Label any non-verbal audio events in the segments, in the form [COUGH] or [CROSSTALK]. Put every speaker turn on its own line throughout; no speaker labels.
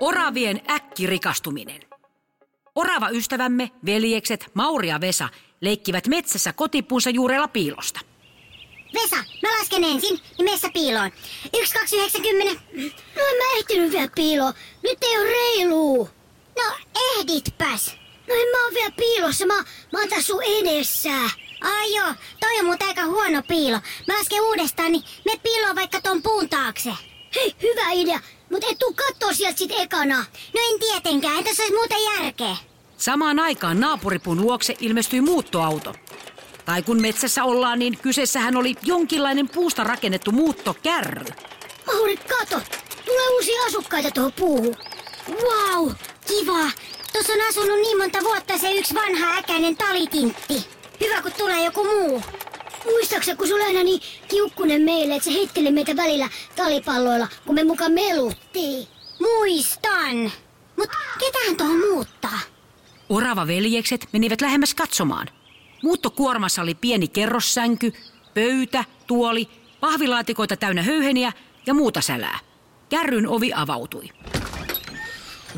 Oravien äkkirikastuminen. Orava ystävämme, veljekset Mauri ja Vesa leikkivät metsässä kotipuunsa juurella piilosta.
Vesa, mä lasken ensin, niin mene sä piiloon. Yksi, kaksi, yhdeksän, kymmenen.
No en mä ehtinyt vielä piiloon. Nyt ei ole reiluu.
No, ehditpäs.
No en mä oo vielä piilossa. Mä, mä oon tässä sun edessä.
Ai joo, toi on muuten aika huono piilo. Mä lasken uudestaan, niin me piiloon vaikka ton puun taakse.
Hei, hyvä idea. Mut et tuu kattoo sieltä sit ekana.
No en tietenkään, ei tässä olisi muuta järkeä.
Samaan aikaan naapuripun luokse ilmestyi muuttoauto. Tai kun metsässä ollaan, niin kyseessähän oli jonkinlainen puusta rakennettu muuttokärry.
Mauri, kato! Tulee uusia asukkaita tuohon puuhun.
Wow, kiva. Tuossa on asunut niin monta vuotta se yksi vanha äkäinen talitintti. Hyvä, kun tulee joku muu.
Muistaaksä, kun se oli aina niin kiukkunen meille, että se heitteli meitä välillä talipalloilla, kun me muka meluttiin.
Muistan. Mut ketään tuohon muuttaa?
Orava veljekset menivät lähemmäs katsomaan. Muuttokuormassa oli pieni kerrossänky, pöytä, tuoli, pahvilaatikoita täynnä höyheniä ja muuta sälää. Kärryn ovi avautui.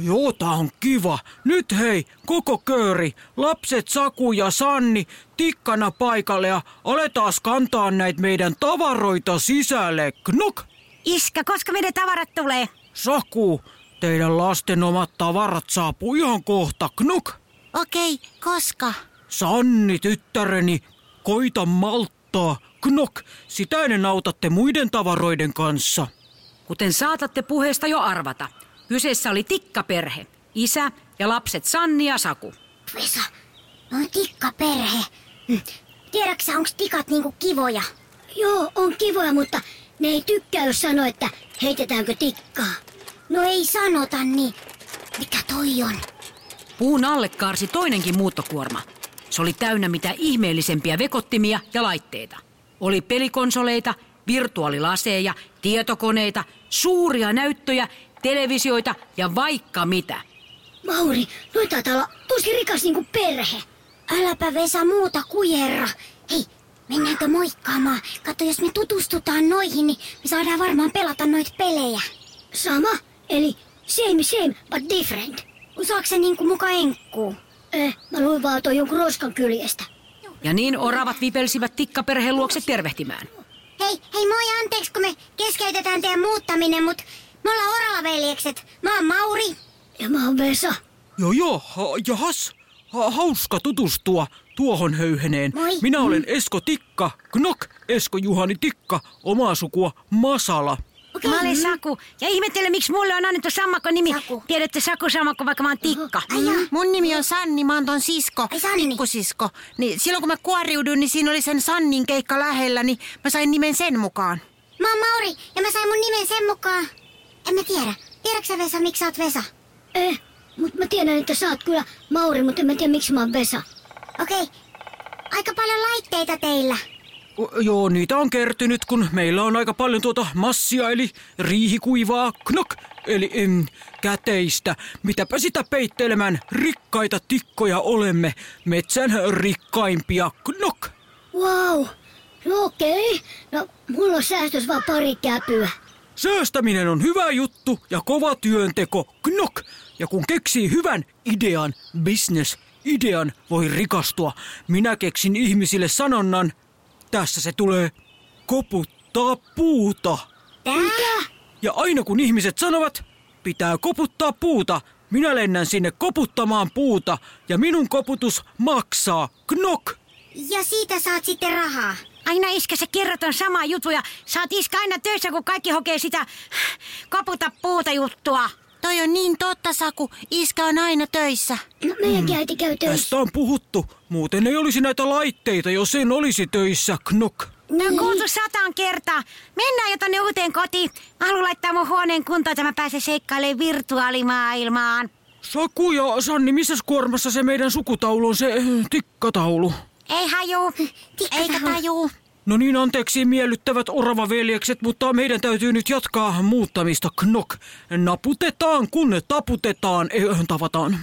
Joo, tää on kiva. Nyt hei, koko kööri, lapset Saku ja Sanni, tikkana paikalle ja aletaan kantaa näitä meidän tavaroita sisälle. Knok!
Iskä, koska meidän tavarat tulee?
Saku, teidän lasten omat tavarat saapuu ihan kohta. Knok!
Okei, okay, koska?
Sanni, tyttäreni, koita malttaa. Knok, sitä ennen autatte muiden tavaroiden kanssa.
Kuten saatatte puheesta jo arvata, kyseessä oli tikkaperhe, isä ja lapset Sanni ja Saku.
Vesa, me on tikkaperhe. Hm. Tiedätkö onko tikat niinku kivoja?
Joo, on kivoja, mutta ne ei tykkää, jos sanoo, että heitetäänkö tikkaa.
No ei sanota niin. Mikä toi on?
Puun alle kaarsi toinenkin muuttokuorma. Se oli täynnä mitä ihmeellisempiä vekottimia ja laitteita. Oli pelikonsoleita, virtuaalilaseja, tietokoneita, suuria näyttöjä, televisioita ja vaikka mitä.
Mauri, noi taitaa olla tosi rikas niinku perhe.
Äläpä Vesa muuta kujerra. Hei, mennäänkö moikkaamaan? Kato, jos me tutustutaan noihin, niin me saadaan varmaan pelata noita pelejä.
Sama, eli same same but different.
Osaatko se niinku muka enkkuu?
Eh, mä luin vaan toi jonkun roskan kyljestä.
Ja niin oravat vipelsivät tikkaperheen luokse tervehtimään.
Hei, hei moi, anteeksi kun me keskeytetään teidän muuttaminen, mutta me ollaan Orala-veljekset. Mä oon Mauri.
Ja mä oon Vesa.
Joo joo, ha, jahas. Ha, hauska tutustua tuohon höyheneen.
Moi.
Minä olen Esko Tikka, Knok, Esko Juhani Tikka, omaa sukua Masala.
Okay. Mä olen
Mm-hmm.
Saku. Ja ihmettelen, miksi mulle on annettu Sammakon nimi.
Saku.
Tiedätte Saku Sammakko, vaikka mä oon Tikka. Mm-hmm.
Ai jaa.
Mun nimi on Sanni, mä oon ton sisko.
Ai Sanni.
Pikkusisko. Niin silloin kun mä kuoriuduin, niin siinä oli sen Sannin keikka lähellä, niin mä sain nimen sen mukaan.
Mä oon Mauri ja mä sain mun nimen sen mukaan. En mä tiedä. Tiedätkö sä Vesa, miksi sä oot Vesa?
Eh, mut mä tiedän, että sä oot kyllä Mauri, mutta en mä tiedä, miksi mä oon Vesa.
Okei. Aika paljon laitteita teillä.
O- Joo, niitä on kertynyt, kun meillä on aika paljon tuota massia, eli riihikuivaa, knok, eli em, käteistä. Mitäpä sitä peittelemään, rikkaita tikkoja olemme, metsän rikkaimpia, knok.
Wow, no okei. No, mulla on säästös vaan pari käpyä.
Säästäminen on hyvä juttu ja kova työnteko, knok. Ja kun keksii hyvän idean, business, idean voi rikastua. Minä keksin ihmisille sanonnan, tässä se tulee koputtaa puuta.
Tää?
Ja aina kun ihmiset sanovat, pitää koputtaa puuta, minä lennän sinne koputtamaan puuta ja minun koputus maksaa, knok.
Ja siitä saat sitten rahaa.
Aina iskä se kerrotaan samaa jutuja. Sä oot iskä aina töissä, kun kaikki hokee sitä koputa puuta juttua.
Toi on niin totta, Saku. Iskä on aina töissä.
No, meidänkin äiti käy töissä.
Tästä on puhuttu, muuten ei olisi näitä laitteita, jos en olisi töissä, knok.
No on kuultu sataan kertaa. Mennään jo tonne uuteen kotiin. Mä haluan laittaa mun huoneen kuntoon, että mä pääsen seikkailemaan virtuaalimaailmaan.
Saku ja Sanni, missä kuormassa se meidän sukutaulu on, se eh, tikkataulu?
Ei haju, eikä taju.
No niin, anteeksi miellyttävät oravaveljekset, mutta meidän täytyy nyt jatkaa eh, muuttamista, knok. Naputetaan, kun taputetaan, ei tavataan.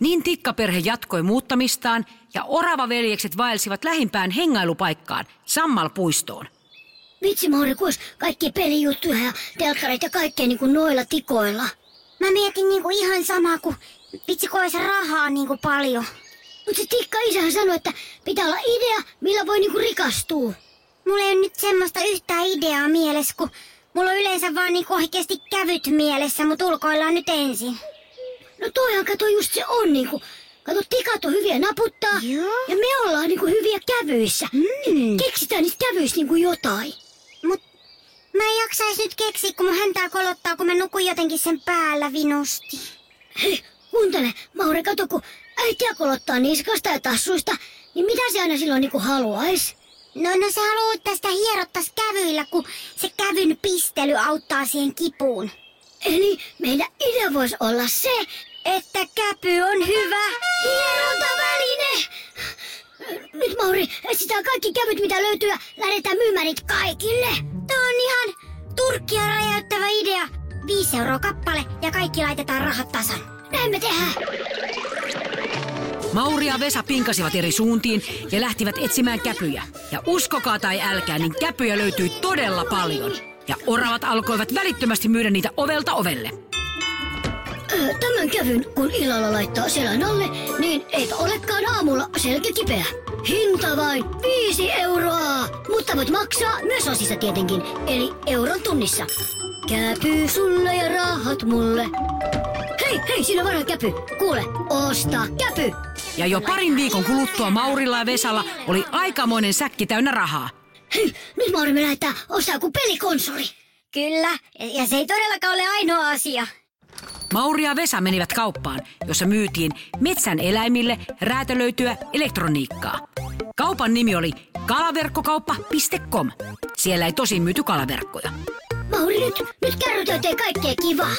Niin tikkaperhe jatkoi muuttamistaan ja oravaveljekset vaelsivat lähimpään hengailupaikkaan, Sammalpuistoon.
Vitsi Mauri, kuis kaikki pelijuttuja ja telkkareita ja kaikkea niin kuin noilla tikoilla.
Mä mietin niinku ihan samaa kuin vitsi kun olisi rahaa niinku paljon.
Mutta se tikka isähän sanoi, että pitää olla idea, millä voi niinku rikastua.
Mulla ei ole nyt semmoista yhtään ideaa mielessä, kun mulla on yleensä vaan niinku oikeasti kävyt mielessä, mutta ulkoillaan nyt ensin.
No toihan kato just se on niinku. Kato, tikat on hyviä naputtaa
Joo.
ja me ollaan niinku hyviä kävyissä. Mm. Keksitään niistä kävyissä niinku jotain.
Mut mä en jaksais nyt keksiä, kun mun häntää kolottaa, kun mä nukun jotenkin sen päällä vinusti.
Hei, kuuntele, Mauri, kato kun äitiä kolottaa niskasta ja tassuista, niin mitä se aina silloin niinku haluais?
No, no se haluaa tästä hierottas kävyillä, kun se kävyn pistely auttaa siihen kipuun.
Eli meidän idea voisi olla se,
Että käpy on hyvä.
hierontaväline! Nyt Mauri, etsitään kaikki kävyt mitä löytyy ja lähdetään myymään niitä kaikille.
Tää on ihan turkkia räjäyttävä idea. Viisi euroa kappale ja kaikki laitetaan rahat tasan.
Näin me tehdään.
Mauri ja Vesa pinkasivat eri suuntiin ja lähtivät etsimään käpyjä. Ja uskokaa tai älkää, niin käpyjä löytyi todella paljon. Ja oravat alkoivat välittömästi myydä niitä ovelta ovelle.
Öö, Tämän kävyn kun illalla laittaa selän alle, niin eipä olekaan aamulla selkä kipeä. Hinta vain 5 euroa, mutta voit maksaa myös osissa tietenkin, eli euron tunnissa. Käpy sulle ja rahat mulle. Hei, hei, siinä vanha käpy. Kuule, osta käpy.
Ja jo parin viikon kuluttua Maurilla ja Vesalla oli aikamoinen säkki täynnä rahaa.
Hei, nyt Mauri me lähdetään ostaa kuin pelikonsoli.
Kyllä, ja ja se ei todellakaan ole ainoa asia.
Mauri ja Vesa menivät kauppaan, jossa myytiin metsän eläimille räätälöityä elektroniikkaa. Kaupan nimi oli kalaverkkokauppa.com. Siellä ei tosin myyty kalaverkkoja.
Mauri, nyt, nyt kärrytöiteen kaikkea kivaa.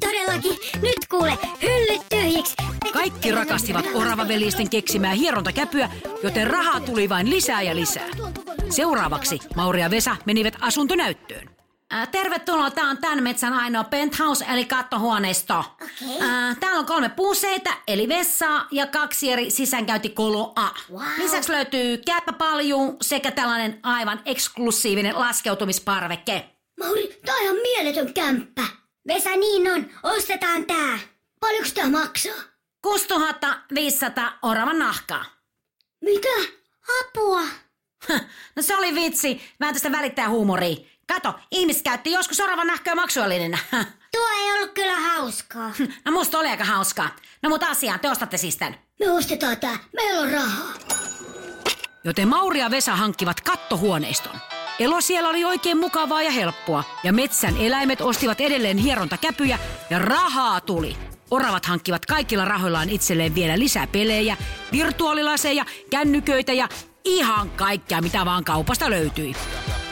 Todellakin, nyt kuule, hyllyt tyhjiksi.
Kaikki rakastivat oravaveljesten keksimää hierontakäpyä, joten rahaa tuli vain lisää ja lisää. Seuraavaksi Mauri ja Vesa menivät asuntonäyttöön.
Ää, Tervetuloa, tämä on tämän metsän ainoa penthouse, eli kattohuoneisto.
Okei.
Ää, Täällä on kolme puuseitä, eli vessaa ja kaksi eri sisäänkäyntikoloa.
Wow.
Lisäksi löytyy käppäpalju sekä tällainen aivan eksklusiivinen laskeutumisparveke.
Mauri, tää on ihan mieletön kämppä.
Vesa, niin on. Ostetaan tää.
Paljonko tää maksaa?
6500 oravan nahkaa.
Mitä?
Apua.
Höh, No se oli vitsi. Mä en tästä välittää huumoria. Kato, ihmiset käytti joskus oravan nahkaa
[LAUGHS]
maksuvälineenä. Höh.
Tuo ei ollut kyllä hauskaa.
No musta oli aika hauskaa. No mutta asiaan, te ostatte siis tän.
[LAUGHS] Me ostetaan tää. Meillä on rahaa.
Joten Mauri ja Vesa hankkivat kattohuoneiston. Elo siellä oli oikein mukavaa ja helppoa, ja metsän eläimet ostivat edelleen hierontakäpyjä, ja rahaa tuli. Oravat hankkivat kaikilla rahoillaan itselleen vielä lisää pelejä, virtuaalilaseja, kännyköitä ja ihan kaikkea, mitä vaan kaupasta löytyi.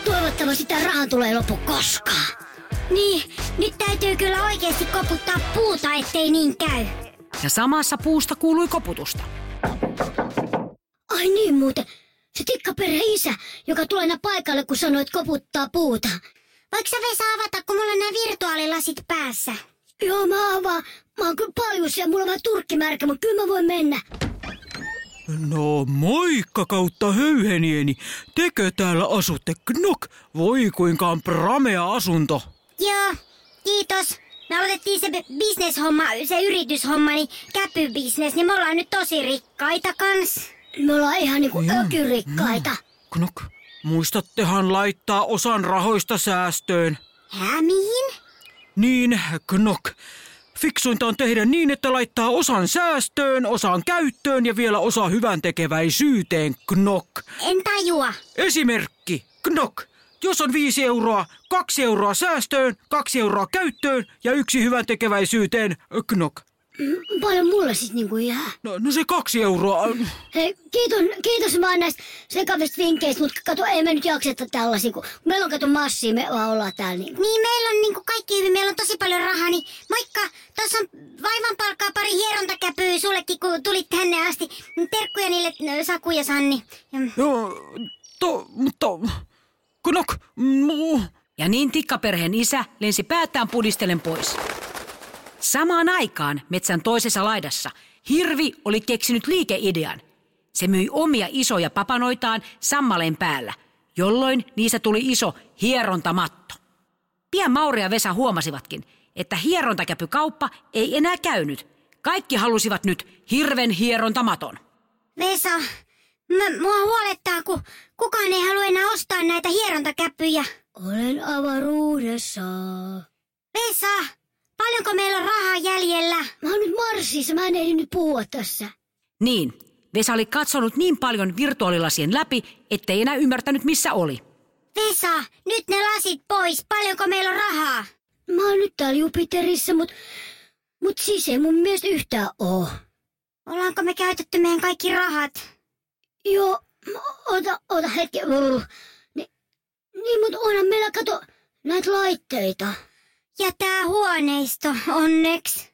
Toivottavasti tää rahan tulee loppu koskaan.
Niin, nyt täytyy kyllä oikeasti koputtaa puuta, ettei niin käy.
Ja samassa puusta kuului koputusta.
Ai niin muuten. Se tikkaperhe isä, joka tulee aina paikalle, kun sanoit koputtaa puuta.
Voiko sä Vesa avata, kun mulla on nämä virtuaalilasit päässä?
Joo, mä avaan. Mä oon kyllä paljussa ja mulla on vähän turkkimärkä, mutta kyllä mä voin mennä.
No moikka kautta höyhenieni. Tekö täällä asutte? Knok! Voi kuinka on pramea asunto.
Joo, kiitos. Me aloitettiin se b- bisneshomma, se yrityshomma, niin käpybisnes, niin me ollaan nyt tosi rikkaita kans.
Me ollaan ihan niinku ökyrikkaita.
Knok, muistattehan laittaa osan rahoista säästöön.
Hää, mihin?
Niin, Knok. Fiksuinta on tehdä niin, että laittaa osan säästöön, osan käyttöön ja vielä osa hyvän tekeväisyyteen, Knok.
En tajua.
Esimerkki, Knok. Jos on viisi euroa, kaksi euroa säästöön, kaksi euroa käyttöön ja yksi hyvän tekeväisyyteen, Knok.
Mm, Paljon mulle siis niinku jää.
No, no se kaksi euroa. äh,
Hei, kiitos, kiitos vaan näistä sekavista vinkkeistä, mutta kato, ei me nyt jakseta tällaisia, kun meillä on kato massia, me vaan ollaan täällä niinku.
Niin meillä on niinku kaikki hyvin, meillä on tosi paljon rahaa, niin moikka, tuossa on vaivan palkkaa pari hierontakäpyä sullekin, kun tulit tänne asti. Terkkuja niille ö, Saku ja Sanni. Mm.
Joo, to, mutta... mm, Knok, muu...
Ja niin tikkaperheen isä lensi päätään pudistellen pois. Samaan aikaan metsän toisessa laidassa Hirvi oli keksinyt liikeidean. Se myi omia isoja papanoitaan sammaleen päällä, jolloin niistä tuli iso hierontamatto. Pian Mauri ja Vesa huomasivatkin, että hierontakäpykauppa ei enää käynyt. Kaikki halusivat nyt hirven hierontamaton.
Vesa, mä, mua huolettaa, kun kukaan ei halua enää ostaa näitä hierontakäppyjä.
Olen avaruudessa.
Vesa, paljonko meillä on rahaa jäljellä?
Mä oon nyt Marsissa, mä en ehdi nyt puhua tässä.
Niin, Vesa oli katsonut niin paljon virtuaalilasien läpi, ettei enää ymmärtänyt missä oli.
Vesa, nyt ne lasit pois. Paljonko meillä on rahaa?
Mä oon nyt täällä Jupiterissa, mut, mut siis ei mun mielestä yhtään oo.
Ollaanko me käytetty meidän kaikki rahat?
Joo, mä- ota, ota hetki. Brr. Ni, niin, mut onhan meillä, kato, näitä laitteita.
Ja tää huoneisto, onneksi.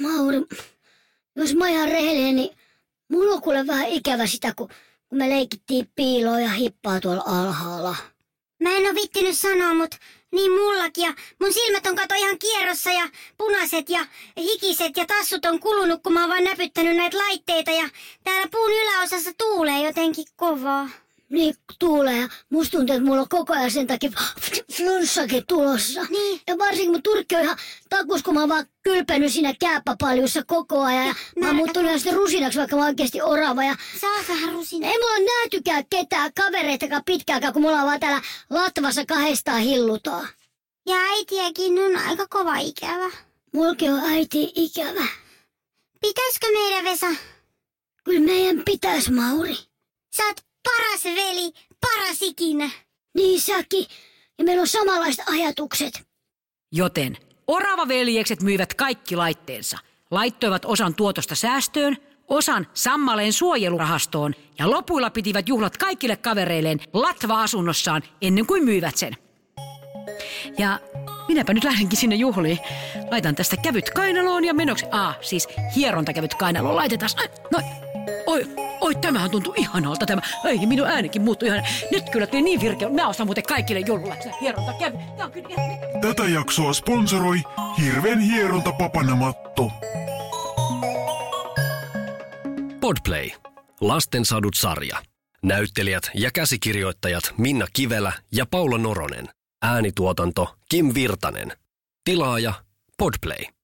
Mauri, jos mä oon ihan rehellinen, niin mulla on kuule vähän ikävä sitä, kun, kun me leikittiin piiloa ja hippaa tuolla alhaalla.
Mä en oo vittinyt sanoa, mut niin mullakin. Ja mun silmät on kato ihan kierrossa ja punaiset ja hikiset ja tassut on kulunut, kun mä oon vaan näpyttänyt näitä laitteita. Ja täällä puun yläosassa tuulee jotenkin kovaa.
Niin tuulee ja musta tuntuu, että mulla on koko ajan sen takia flunssakin tulossa.
Niin.
Ja varsinkin mun turkki on ihan takus, kun mä oon vaan kylpenyt siinä kääppäpaljussa koko ajan. Ja mä oon
märkä
muuttunut ihan sitä rusinaksi, vaikka mä oon oikeasti orava. Ja
Saa vähän rusina.
ei mulla ole näytykään ketään kavereitakaan pitkäänkään, kun mulla on vaan täällä latvassa kahdestaan hillutaan.
Ja äitiäkin on aika kova ikävä.
Mulki on äiti ikävä.
Pitäisikö meidän Vesa?
Kyllä meidän pitäis, Mauri.
Sä oot paras veli, paras ikinä.
Niin säkin. Ja meillä on samanlaiset ajatukset.
Joten oravaveljekset myivät kaikki laitteensa, laittoivat osan tuotosta säästöön, osan sammaleen suojelurahastoon ja lopuilla pitivät juhlat kaikille kavereilleen Latva-asunnossaan ennen kuin myivät sen. Ja minäpä nyt lähdenkin sinne juhliin. Laitan tästä kävyt kainaloon ja menoksi... A, siis hierontakävyt kainaloon laitetaan. Ai, no, oi, oi, tämähän tuntuu ihanalta tämä. Ei, minun äänikin muuttui ihan. Nyt kyllä tuli niin virkeä. Mä ostan muuten kaikille joululla. Hierontakävyt. Tää on kyllä ihan...
Tätä jaksoa sponsoroi Hirven hieronta papanamatto.
Podplay. Lastensadut sarja. Näyttelijät ja käsikirjoittajat Minna Kivelä ja Paula Noronen. Äänituotanto Kim Virtanen. Tilaaja Podplay.